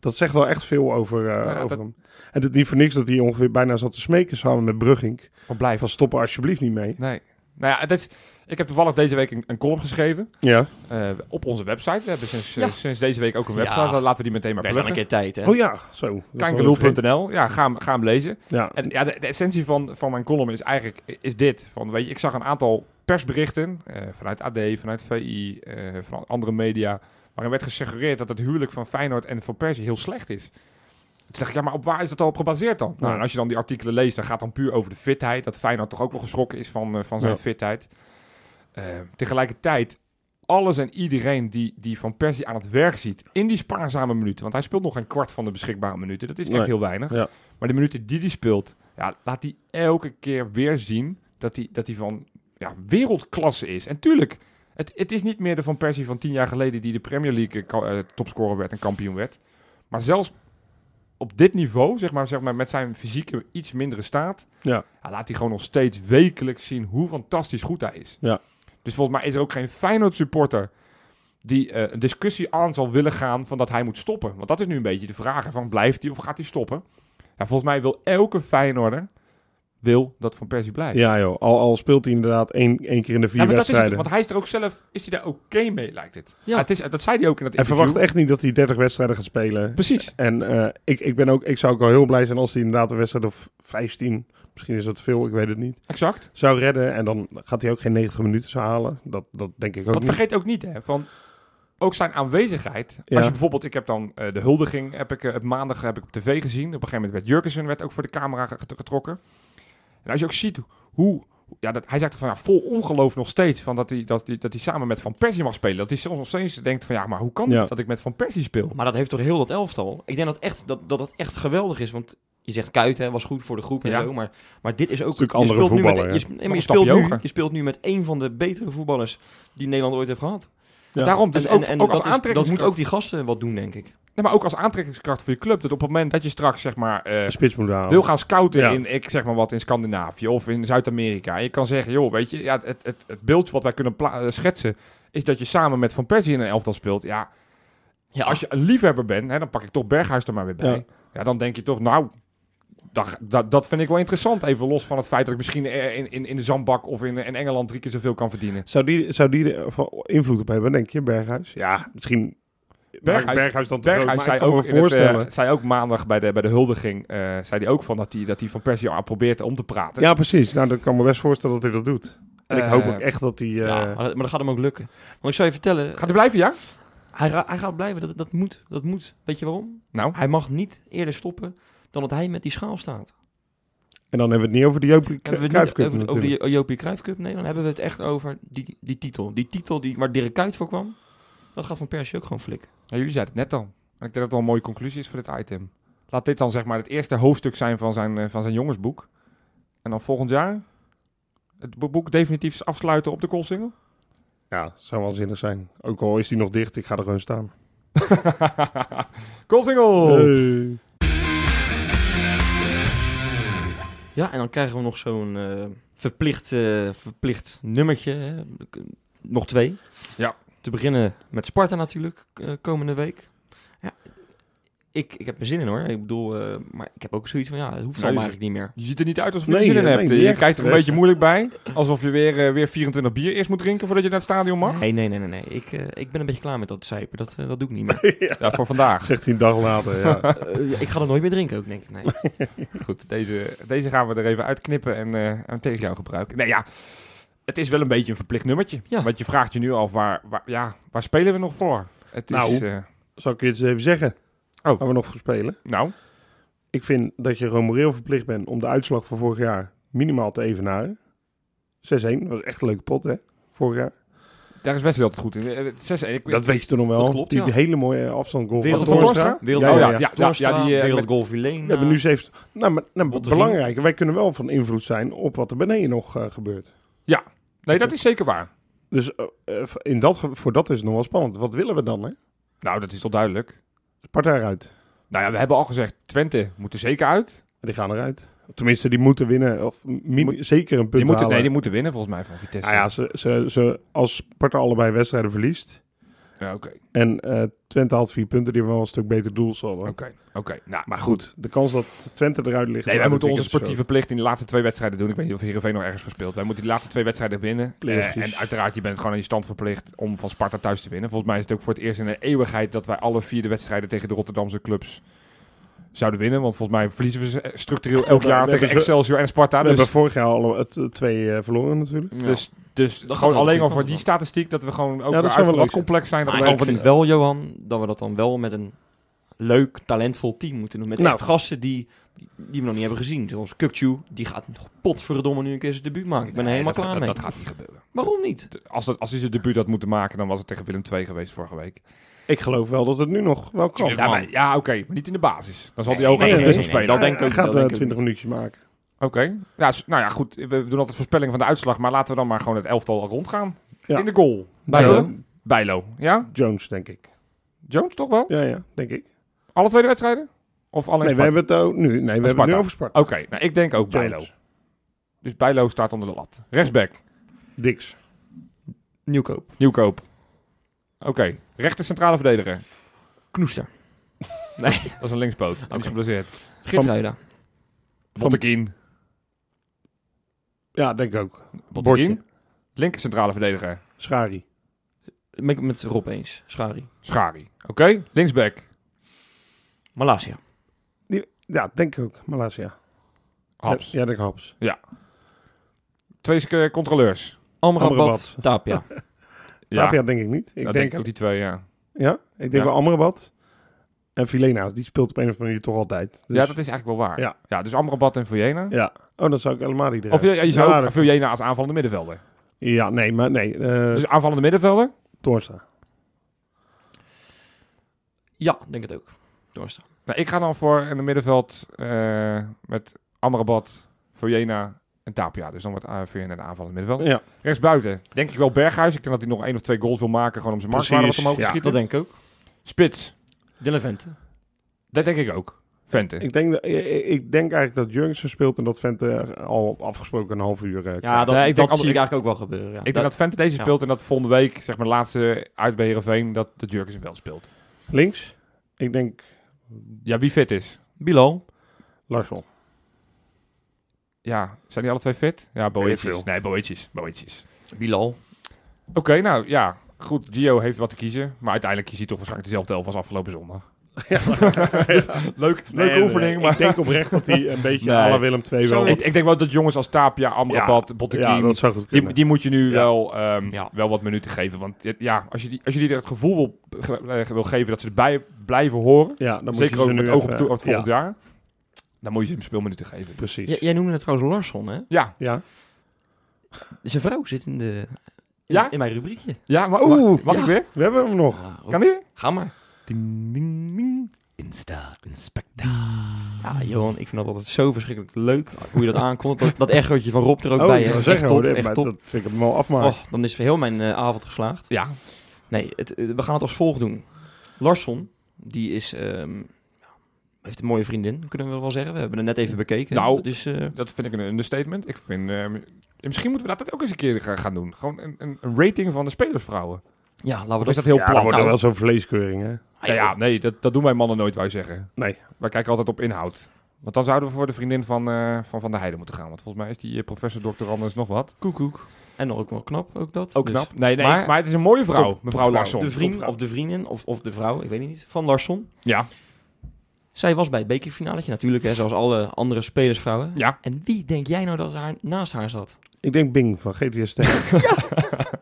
dat zegt wel echt veel over, eh, Ja, over dat- hem. En het niet voor niks dat hij ongeveer bijna zat te smeken samen met Brugging. Van Oh, blijf. Van stoppen alsjeblieft niet mee. Nee. Nou ja, dat is, Ik heb toevallig deze week een, een column geschreven Ja. eh, op onze website. We hebben sinds, eh, Ja. sinds deze week ook een Ja. website. Dan Laten we die meteen maar Best wel een pluggen. keer tijd, hè? Oh ja, zo. Dat is wel vergeten. Kangeloel.nl. Ja, ga hem, ga hem lezen. Ja. En ja, de, de essentie van, van mijn column is eigenlijk is dit. Van, weet je, ik zag een aantal persberichten eh, vanuit AD, vanuit VI, eh, van andere media... waarin werd gesuggereerd dat het huwelijk van Feyenoord en Van Persie heel slecht is. Toen dacht ik, ja, maar op waar is dat al op gebaseerd dan? Nou, Ja. en als je dan die artikelen leest, dan gaat het dan puur over de fitheid. Dat Feyenoord toch ook wel geschrokken is van, eh, van zijn Ja. fitheid. Eh, tegelijkertijd, alles en iedereen die, die Van Persie aan het werk ziet... in die spaarzame minuten, want hij speelt nog een kwart van de beschikbare minuten. Dat is echt Nee. heel weinig. Ja. Maar de minuten die hij speelt, ja, laat hij elke keer weer zien dat hij, dat hij van ja, wereldklasse is. En tuurlijk, het, het is niet meer de Van Persie van tien jaar geleden die de Premier League eh, ka- eh, topscorer werd en kampioen werd. Maar zelfs op dit niveau, zeg maar, zeg maar met zijn fysieke iets mindere staat, Ja. laat hij gewoon nog steeds wekelijks zien hoe fantastisch goed hij is. Ja. Dus volgens mij is er ook geen Feyenoord supporter die eh, een discussie aan zal willen gaan van dat hij moet stoppen. Want dat is nu een beetje de vraag, hè, van blijft hij of gaat hij stoppen? Ja, volgens mij wil elke Feyenoorder wil dat Van Persie blijft. Ja joh, al, al speelt hij inderdaad één, één keer in de vier Ja, maar dat is het, wedstrijden. want hij is er ook zelf, is hij daar oké mee, lijkt het. Ja. Ja. het is, dat zei hij ook in dat en interview. verwacht echt niet dat hij 30 wedstrijden gaat spelen. Precies. En eh, ik, ik, ben ook, ik zou ook wel heel blij zijn als hij inderdaad een wedstrijd of 15, misschien is dat veel, ik weet het niet, Exact. zou redden. En dan gaat hij ook geen 90 minuten zo halen. Dat, dat denk ik ook Want niet. vergeet ook niet, hè, van ook zijn aanwezigheid. Ja. Als je bijvoorbeeld, ik heb dan eh, de huldiging, heb ik eh, op maandag heb ik op tv gezien. Op een gegeven moment werd Jurgensen werd ook voor de camera get- getrokken. En als je ook ziet hoe, ja, dat, hij zegt van ja, vol ongeloof nog steeds van dat hij, dat, hij, dat hij samen met Van Persie mag spelen. Dat hij soms nog steeds denkt van ja, maar hoe kan Ja. het dat ik met Van Persie speel? Maar dat heeft toch heel dat elftal. Ik denk dat echt, dat, dat, dat echt geweldig is. Want je zegt Kuit hè, was goed voor de groep en Ja. zo. Maar, maar dit is ook... natuurlijk andere je speelt nu voetballer, met, hè. je, sp- nee, maar je, Nog een speelt stapje nu, hoger. je speelt nu met één van de betere voetballers die Nederland ooit heeft gehad. Ja. Daarom, dus en, ook, en, en ook als dat, is- dat moet aantrekkingskracht. ook die gasten wat doen, denk ik. Nee, maar ook als aantrekkingskracht voor je club. Dat op het moment dat je straks zeg maar, eh, De spits moet halen. wil gaan scouten Oh. Ja. in, ik zeg maar wat, in Scandinavië of in Zuid-Amerika. En je kan zeggen, joh, weet je, ja, het, het, het beeld wat wij kunnen pla- eh, schetsen is dat je samen met Van Persie in een elftal speelt. Ja, Ja, als je een liefhebber bent, hè, dan pak ik toch Berghuis er maar weer bij. Ja. Ja, dan denk je toch, nou, dat, dat, dat vind ik wel interessant. Even los van het feit dat ik misschien eh, in, in, in de zandbak of in, in Engeland drie keer zoveel kan verdienen. Zou die, zou die er van invloed op hebben, denk je, Berghuis? Ja, misschien maak ik Berghuis dan te groot, Berghuis maar zei ik kan ook, me in het, eh, voorstellen. zei ook maandag bij de, bij de huldiging, eh, zei hij ook van dat hij dat hij Van Persie al probeert om te praten. ja, precies. Nou, dat kan me best voorstellen dat hij dat doet. En ik Eh, hoop ook echt dat hij... eh, ja, maar, dat, maar dat gaat hem ook lukken. Want ik zou je vertellen, Gaat hij blijven, ja? hij, ra- hij gaat blijven. Dat, dat moet, dat moet. Weet je waarom? Nou, Hij mag niet eerder stoppen dan dat hij met die schaal staat. En dan hebben we het niet over de Joopie Hebben we het Cruijff Cup niet over, over natuurlijk. de Jopie Cruijff Cup? Nee, dan hebben we het echt over die, die titel. Die titel die, waar Dirk Kuyt voor kwam. Dat gaat Van Persie ook gewoon flikken. ja, jullie zeiden het net al. En ik denk dat het wel een mooie conclusie is voor dit item. Laat dit dan zeg maar het eerste hoofdstuk zijn van zijn, eh, van zijn jongensboek. En dan volgend jaar het bo- boek definitief afsluiten op de koolsingel. Ja, zou waanzinnig zijn. Ook al is hij nog dicht, ik ga er gewoon staan. koolsingel! Hey. Ja, en dan krijgen we nog zo'n eh, verplicht, eh, verplicht nummertje. Hè? Nog twee. Ja. Te beginnen met Sparta natuurlijk, eh, komende week. Ja, ik, ik heb mijn zin in hoor. Ik bedoel, eh, maar ik heb ook zoiets van, ja, het hoeft Nee, allemaal dus- eigenlijk niet meer. Je ziet er niet uit alsof je er Nee, zin in eh, hebt. nee, niet je echt. kijkt er een Best. beetje moeilijk bij. Alsof je weer, eh, weer 24 bier eerst moet drinken voordat je naar het stadion mag. Nee, nee, nee, nee. nee. Ik, eh, ik ben een beetje klaar met dat zuipen. Dat, eh, dat doe ik niet meer. Ja, voor vandaag. Zegt hij een dag later, ja. Eh, ja, ik ga er nooit meer drinken ook, denk ik. Nee. Goed, deze, deze gaan we er even uitknippen en, eh, en tegen jou gebruiken. Nee, ja, het is wel een beetje een verplicht nummertje. Ja. Want je vraagt je nu af, waar, waar, ja, waar spelen we nog voor? Het Nou. is, eh, Zal ik je het eens even zeggen? Oh. Waar we nog voor spelen. nou, Ik vind dat je gewoon moreel verplicht bent om de uitslag van vorig jaar minimaal te evenaren. 6-1, was echt een leuke pot, hè? Vorig jaar. daar is Wesley altijd goed in. Eh, het Zes, ik, dat weet je toch nog wel? dat klopt, die ja. hele mooie afstand goal Wereld- van Toornstra. Toornstra? Wereld, Ja, oh, ja, ja, ja. ja, Ja, ja, die, eh, Wereldgolf We hebben nu zeven... Nou, maar, nou, Botteguin. belangrijk. Wij kunnen wel van invloed zijn op wat er beneden nog eh, gebeurt. Nee, dat is zeker waar. Dus eh, eh, in dat, ge- voor dat is het nog wel spannend. Wat willen we dan, hè? Nou, dat is toch duidelijk. Sparta eruit. Nou ja, we hebben al gezegd, Twente moet er zeker uit. Die gaan eruit. Tenminste, die moeten winnen. Of min- Moet- zeker een punt Die moeten, halen. Ah nee, die moeten winnen volgens mij van Vitesse. Nou ja, ze, ze, ze, als Sparta allebei wedstrijden verliest Ja, oké. En eh, Twente had vier punten, die wel een stuk beter doel hadden. Oké, oké. Nou, Maar goed, de kans dat Twente eruit ligt... Nee, wij dat moeten vind onze ik echt sportieve plicht in de laatste twee wedstrijden doen. Ik weet niet of Heerenveen nog ergens verspeelt. Wij moeten die laatste twee wedstrijden winnen. Playoffjes. Eh, en uiteraard, je bent gewoon aan je stand verplicht om van Sparta thuis te winnen. Volgens mij is het ook voor het eerst in een eeuwigheid dat wij alle vier de wedstrijden tegen de Rotterdamse clubs zouden winnen. Want volgens mij verliezen we ze structureel elk we jaar hebben tegen ze- Excelsior en Sparta. zo. We hebben Dus, vorig jaar al het, eh, twee eh, verloren natuurlijk. dus, dus gaat gewoon wel de alleen al goede voor kant die op. statistiek dat we gewoon ook dat weer zou wel uit wat leuk zijn. complex zijn. Dat we Maar ik gewoon vind van die- wel, Johan, dat we dat dan wel met een leuk, talentvol team moeten doen. Met Nou. echt gasten die, die we nog niet hebben gezien. Zoals Kukchu, die gaat potverdomme nu een keer zijn debuut maken. Ik ben er Nee, helemaal dat- klaar dat- mee. Dat gaat niet gebeuren. Waarom niet? Als, dat, als hij zijn debuut had moeten maken, dan was het tegen Willem II geweest vorige week. Ik geloof wel dat het nu nog wel kan. Tuurlijk, Ja, man. maar, ja oké, maar niet in de basis. Dan zal Nee, die ook nee, altijd nee, wissel nee, spelen. dat denk ik Hij ook- dat gaat eh, denk ik ook 20 niet. minuutjes maken. Oké. Ja, s- nou ja, goed. We we doen altijd voorspelling van de uitslag, maar laten we dan maar gewoon het elftal rondgaan. Ja. In de goal. Bijlo? Jo- Bijlo. Ja? Jones, denk ik. Jones toch wel? Ja, ja, denk ik. Alle twee de wedstrijden? Of alleen Nee, we Sparta? hebben het ook nu, nee, we hebben het Sparta. nu over Sparta. Oké, nou ik denk ook Bijlo. Jones. Dus Bijlo staat onder de lat. Rechtsback, Dix. Nieuwkoop. Nieuwkoop. Oké, rechter centrale verdediger. Knoester. Dat is een linkspoot. Die is geblesseerd. Geertruida. Bottekin. Ja, denk ik ook. Bottekin. Bordje. Linker centrale verdediger. Schari. Met, met Rob eens. Schari. Schari. Oké, linksback. Malasia. Ja, denk ik ook. Malasia. Haps. Ja, denk ik Haps. Twee eh, controleurs. Amrabat. Amrabat. Tapia. Ja. Tapia denk ik niet. Ik Ik denk, Dus- denk ik ook die twee, ja. ja, ik denk Ja. wel Amrabat. En Filena, die speelt op een of andere manier toch altijd. Dus- Ja, dat is eigenlijk wel waar. Ja, Ja. dus Amrabat en Vujena. Ja. Oh, dan zou ik helemaal niet Of eruit. je, je zou Ja, ook dat- Vujena als aanvallende middenvelder. Ja, nee, maar nee. eh Dus aanvallende middenvelder. Toornstra. Ja, denk het ook. Doorstaan. Nou, ik ga dan voor een middenveld eh, met Amrabat, Vujena en Tapia. Dus dan wordt uh, Vujena de aanvallende middenvelder. Ja, Rechtsbuiten, denk ik wel Berghuis. Ik denk dat hij nog één of twee goals wil maken, gewoon om zijn marktwaarde wat Precies, omhoog te ja. schieten. Dat denk ik ook. Spits, Dylan Vente. dat denk ik ook. Vente. ik denk, dat- ik, ik denk eigenlijk dat Jurgensen speelt en dat Vente al afgesproken een half uur. eh, Ja, krijgt. dat, Nee, ik dat denk zie ik al- eigenlijk ook wel gebeuren. Ja. ik denk dat Vente deze ja. speelt en dat volgende week, zeg maar laatste uit bij Heerenveen, dat de Jurgensen wel speelt. Links, ik denk Ja, wie fit is. Bilal. Larsson. Ja, zijn die alle twee fit? Ja, veel. Boetjes. Nee, Boetjes. Boetjes. Bilal. Oké, nou ja. Goed, Gio heeft wat te kiezen. Maar uiteindelijk kies hij toch waarschijnlijk dezelfde elf als afgelopen zondag. Leuk, leuke oefening, maar... Ik denk oprecht dat hij een beetje Nee. à la Willem II wel... ik, ik denk wel dat jongens als Tapia, Amrabat, Botteguin... ja, dat zou goed kunnen. die, die moet je nu Ja. wel, ehm, Ja. wel wat minuten geven. Want eh, ja, als je die, als je die het gevoel wil, ge- eh, wil geven dat ze erbij blijven horen... ja, dan moet zeker je ze ook nu met oog op, even- toe- op het ja, volgend jaar... dan moet je ze hem speelminuten geven. Precies. J- jij noemde het trouwens Larsson, hè? Ja, Ja, Zijn vrouw zit in de... In, Ja? in mijn rubriekje. ja maar Oeh, oeh, mag ja. ik weer? we hebben hem nog. Ah, Kan die? Ga maar. Ding, ding, ding. Insta, inspecta. Ja, Johan, ik vind dat altijd zo verschrikkelijk leuk hoe je dat aankomt. Dat, dat echootje van Rob er ook oh, bij. ik hè. wou Echt zeggen, top, hoor, echt maar top. dat vind ik hem wel afmaken. Och, dan is heel mijn eh, avond geslaagd. Ja, Nee, het, eh, we gaan het als volgt doen. Larsson, die is... ehm, heeft een mooie vriendin, kunnen we wel zeggen. We hebben het net even bekeken. Nou, dus, eh, Dat vind ik een understatement. Ik vind, ehm, misschien moeten we dat ook eens een keer gaan gaan doen. Gewoon een, een, een rating van de spelersvrouwen. ja, laten we Of is dat... dat heel ja, dan plat? wordt er Nou, wel zo'n vleeskeuring, hè? Ah, nou ja, nee, dat, dat doen wij mannen nooit, wij zeggen. Nee. Wij kijken altijd op inhoud. Want dan zouden we voor de vriendin van eh, Van, van der Heijden moeten gaan. Want volgens mij is die eh, professor dokter anders nog wat. Koekoek. En ook wel knap, ook dat. Ook Dus- knap. Nee, nee, maar, maar- het is een mooie vrouw, mevrouw vrouw. Larsson. de vriend topvrouw. of de vriendin of, of de vrouw, ik weet het niet, van Larsson. Ja, Zij was bij het bekerfinaletje natuurlijk, hè, zoals alle andere spelersvrouwen. ja. En wie denk jij nou dat haar, naast haar zat? Ik denk Bing van GTS ja.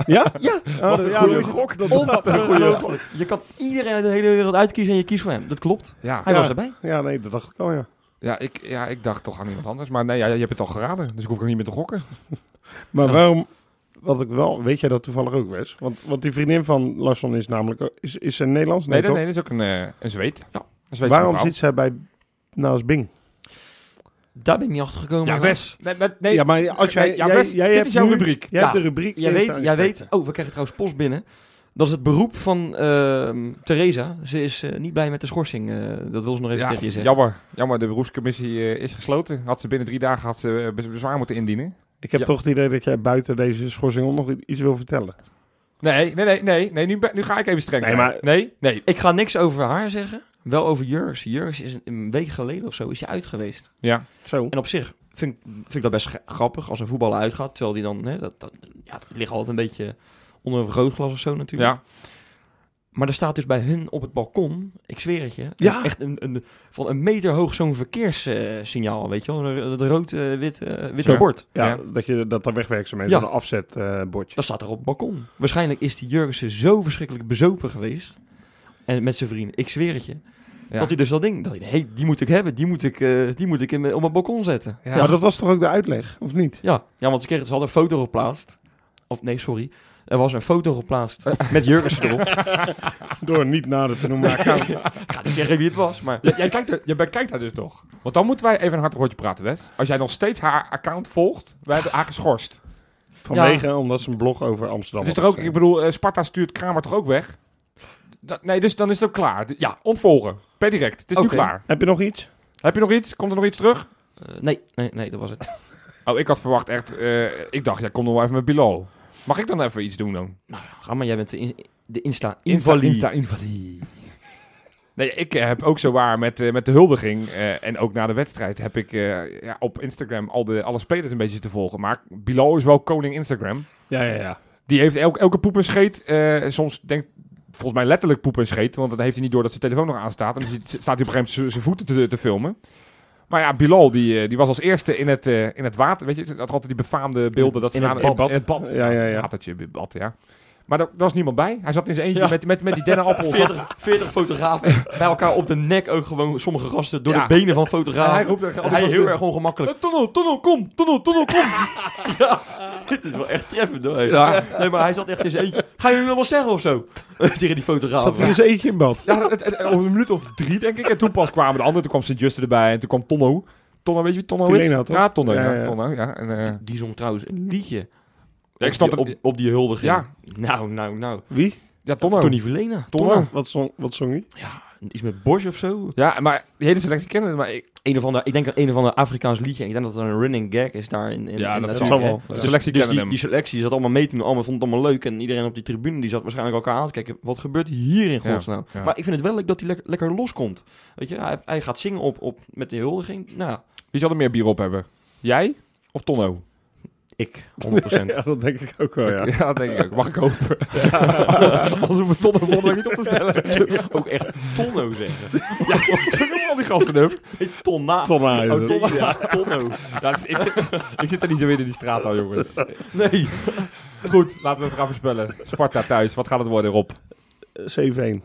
Ja, Ja? Oh, ja, dat- dat- dat- ongelooflijk. Je kan iedereen uit de hele wereld uitkiezen en je kiest voor hem. Dat klopt. Ja. Hij Ja. was erbij. Ja, nee, dat dacht ik al, ja. Ja, ik, ja, ik dacht toch aan iemand anders. Maar nee, ja, je hebt het al geraden. Dus ik hoef er niet meer te gokken. Maar waarom... Wat ik wel... Weet jij dat toevallig ook, Wes? Want, want die vriendin van Larsson is namelijk... ook- Is, is ze Nederlands? Nee, Nee, nee, toch? nee, dat is ook een, eh, een zweet. Ja. Een Zweedse waarom mevrouw. zit zij bij... Naast Bing? Daar ben ik niet achter gekomen. Ja, helaas. Wes. Nee, maar, nee, ja, maar als jij... nee, ja, jij, Wes, jij dit hebt is jouw nu- rubriek. Jij Ja, hebt de rubriek... Jij weet, eerste jij weet, aanspreker. oh, we krijgen trouwens post binnen. Dat is het beroep van ehm Theresa. Ze is eh, niet blij met de schorsing. eh, dat wil ze nog even Ja, tegen je zeggen. jammer, jammer, de beroepscommissie eh, is gesloten. Had ze binnen drie dagen had ze eh, bez- bezwaar moeten indienen. Ik heb Ja. toch het idee dat jij buiten deze schorsing om nog iets wil vertellen. Nee, nee, nee, nee, nee nu, ben- nu ga ik even streng Nee, zijn. maar- Nee, nee. Ik ga niks over haar zeggen, wel over Jurks. Jurks is een, een week geleden of zo is hij uit geweest. Ja, Zo. En op zich vind, ik- vind ik dat best gra- grappig als een voetballer uitgaat. Terwijl die dan, hè, dat, dat ja, het ligt altijd een beetje onder een vergrootglas of zo natuurlijk. ja. Maar er staat dus bij hun op het balkon, ik zweer het je, Ja. echt een, een, van een meter hoog zo'n verkeerssignaal, weet je wel. Dat rood-wit wit eh, Zo. bord. Ja, Ja. dat je dat daar wegwerkzaamheden, Ja. zo'n eh, afzetbordje. Dat staat er op het balkon. Waarschijnlijk is die Jurgensen zo verschrikkelijk bezopen geweest. En met zijn vrienden, ik zweer het je. Ja. Dat hij dus dat ding, dat hij, hey, die moet ik hebben, die moet ik, eh, die moet ik in, mijn- op mijn balkon zetten. Ja. Maar dat was toch ook de uitleg, of niet? Ja, ja want ze, kregen, ze hadden een foto geplaatst. Of nee, sorry. Er was een foto geplaatst met Jurgensen erop. Ik Door niet nader te noemen. maar ik ga- ga niet zeggen wie het was, maar... J- jij kijkt, er- jij bekijkt daar dus toch? Want dan moeten wij even een hard woordje praten, Wes. Als jij nog steeds haar account volgt, wij hebben haar geschorst. Vanwege, omdat ze een blog over Amsterdam Het is had toch ook, ik geschreven. bedoel, eh, Sparta stuurt Kramer toch ook weg? Dat- nee, dus dan is het ook klaar. D- Ja. Ontvolgen. Per direct. Het is nu Oké. klaar. Heb je nog iets? Heb je nog iets? Komt er nog iets terug? eh, nee, nee, nee, dat was het. Oh, ik had verwacht echt... eh, ik dacht, jij komt nog wel even met Bilal. Mag ik dan even iets doen dan? Nou, ga maar, jij bent de, in- de Insta-invalide. Invalide. invalide. Nee, ik eh, heb ook zo waar met, eh, met de huldiging eh, en ook na de wedstrijd heb ik eh, ja, op Instagram al de, alle spelers een beetje te volgen. Maar Bilal is wel koning Instagram. Ja, ja, ja. Die heeft elke, elke poep en scheet, eh, soms denkt volgens mij letterlijk poep en scheet, want dat heeft hij niet door dat zijn telefoon nog aanstaat. En dan zit- staat hij op een gegeven moment zijn- zijn voeten te, te filmen. Maar ja, Bilal die, eh, die was als eerste in het, eh, in het water. Weet je, dat had altijd die befaamde beelden dat ze In het aan- bad. in het bad. Ja, ja, ja. Watertje, bad, ja. Maar daar daar was niemand bij. Hij zat in zijn eentje Ja. met, met, met die dennenappel. zat- 40, 40 fotografen bij elkaar op de nek ook gewoon sommige gasten door Ja. de benen van Ja, fotografen. roept er- En hij is heel erg ongemakkelijk. Eh, Tunnel, tunnel, kom, tunnel, tunnel, kom. Dit is wel echt treffend hoor. Ja. Nee, maar hij zat echt in zijn eentje. Ga je nu nog wel zeggen of zo? Tegen die Zat er fotografen. eens eentje in bad? Ja, het, het- op een minuut of drie, denk ik. En toen pas kwamen de anderen. Toen kwam Sint-Justin erbij. En toen kwam Tonno. Tonno, weet je wie Tonno is? Filena, toch? Ja, Tonno. Ja, Ja, ja. Tonno, ja. En, eh, Die zong trouwens een liedje. ja, ik Op snap die- het. Op, op die huldiging. Ja. Nou, nou, nou. Wie? Ja, Tonno. Tony Verlena. Tonno. Wat zong, wat zong hij? Ja, iets met Bosch of zo. Ja, maar die hele selectie kennen het, maar ik, Een of ander, ik denk een of ander Afrikaans liedje. Ik denk dat er een running gag is daar in, in Ja, in dat dat zal zaak, wel. hè. De Dus- selectie dus kennen die, hem. die selectie zat allemaal mee te doen. Allemaal vond het allemaal leuk. En iedereen op die tribune die zat waarschijnlijk elkaar aan te kijken. Wat gebeurt hier in Ja, godsnaam? ja. Maar ik vind het wel leuk dat hij lekker, lekker loskomt. Weet je, hij, hij gaat zingen op, op, met de huldiging. Nou, wie zal er meer bier op hebben? Jij of Tonno? ik, 100%. Ja, dat denk ik ook wel, ja. dat denk ik ook. Mag ik hopen. Anders anders hoeven we Tonno volgende week niet op te stellen. Ook echt tonno zeggen. Zo noemen we al die gasten ook. Nee, Tonna. Tonna is Oh, het. tonna. Tonno. Ja, dus ik, zit, ik zit er niet zo in in die straat al, jongens. Nee. Goed, laten we even gaan voorspellen. Sparta thuis, wat gaat het worden, Rob? CV1.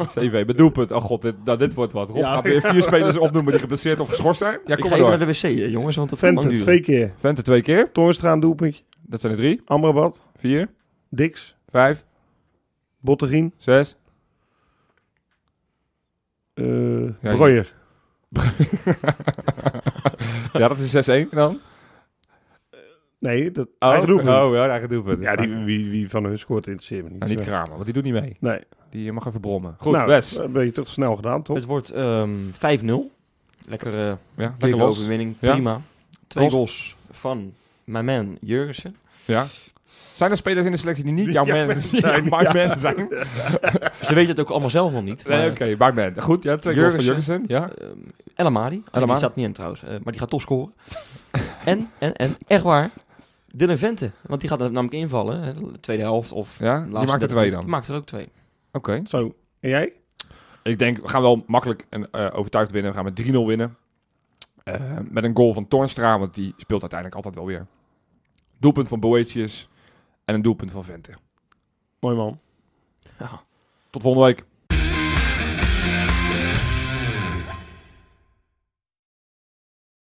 CV, met doelpunt. Oh god, dit, nou, dit wordt wat. Rob Ja. gaat weer vier spelers opnoemen die geblesseerd of geschorst zijn. Ja, ik ga kom maar even door. naar de wc, hè, jongens, want dat kan lang Vente, duren. twee keer. Vente twee keer. Toornstra een doelpuntje. Dat zijn er drie. Amrabat. Vier, Dix. vijf, Bottegien. zes. eh Ja, Breuer. Ja, dat is 6-1 dan. Nee, dat eigen doelpunt. Oh, ja, eigen doelpunt. Ja, die, wie, wie van hun scoort interesseert me niet. Nou, niet Zo. Kramer, want die doet niet mee. Nee. Die mag even brommen. Goed, nou, Wes. Een beetje toch snel gedaan, toch? Het wordt ehm 5-0. Lekker... eh Ja, lekker Dikke los. overwinning, Ja. prima. Twee Los. goals van mijn man Jurgensen. Ja. Zijn er spelers in de selectie die niet jouw Ja, man zijn? My man zijn. Nee, Ze weten het ook allemaal zelf nog niet. maar, oké, my man. Goed, ja, twee goals van Jurgensen. Ja. ehm, El Amadi. Ah, El Die Amadi. staat niet in trouwens, eh, maar die gaat toch scoren. en, en, en, echt waar, Dylan Vente. Want die gaat namelijk invallen, hè, de tweede helft of... Ja, de die laatste maakt 30 er twee minuten. dan. Die maakt er ook twee. Oké. Zo. En jij? Ik denk, we gaan wel makkelijk en eh, overtuigd winnen. We gaan met 3-0 winnen. Eh, met een goal van Tornstra, want die speelt uiteindelijk altijd wel weer. Doelpunt van Boetius en een doelpunt van Vente. Mooi man. Ja. Tot volgende week.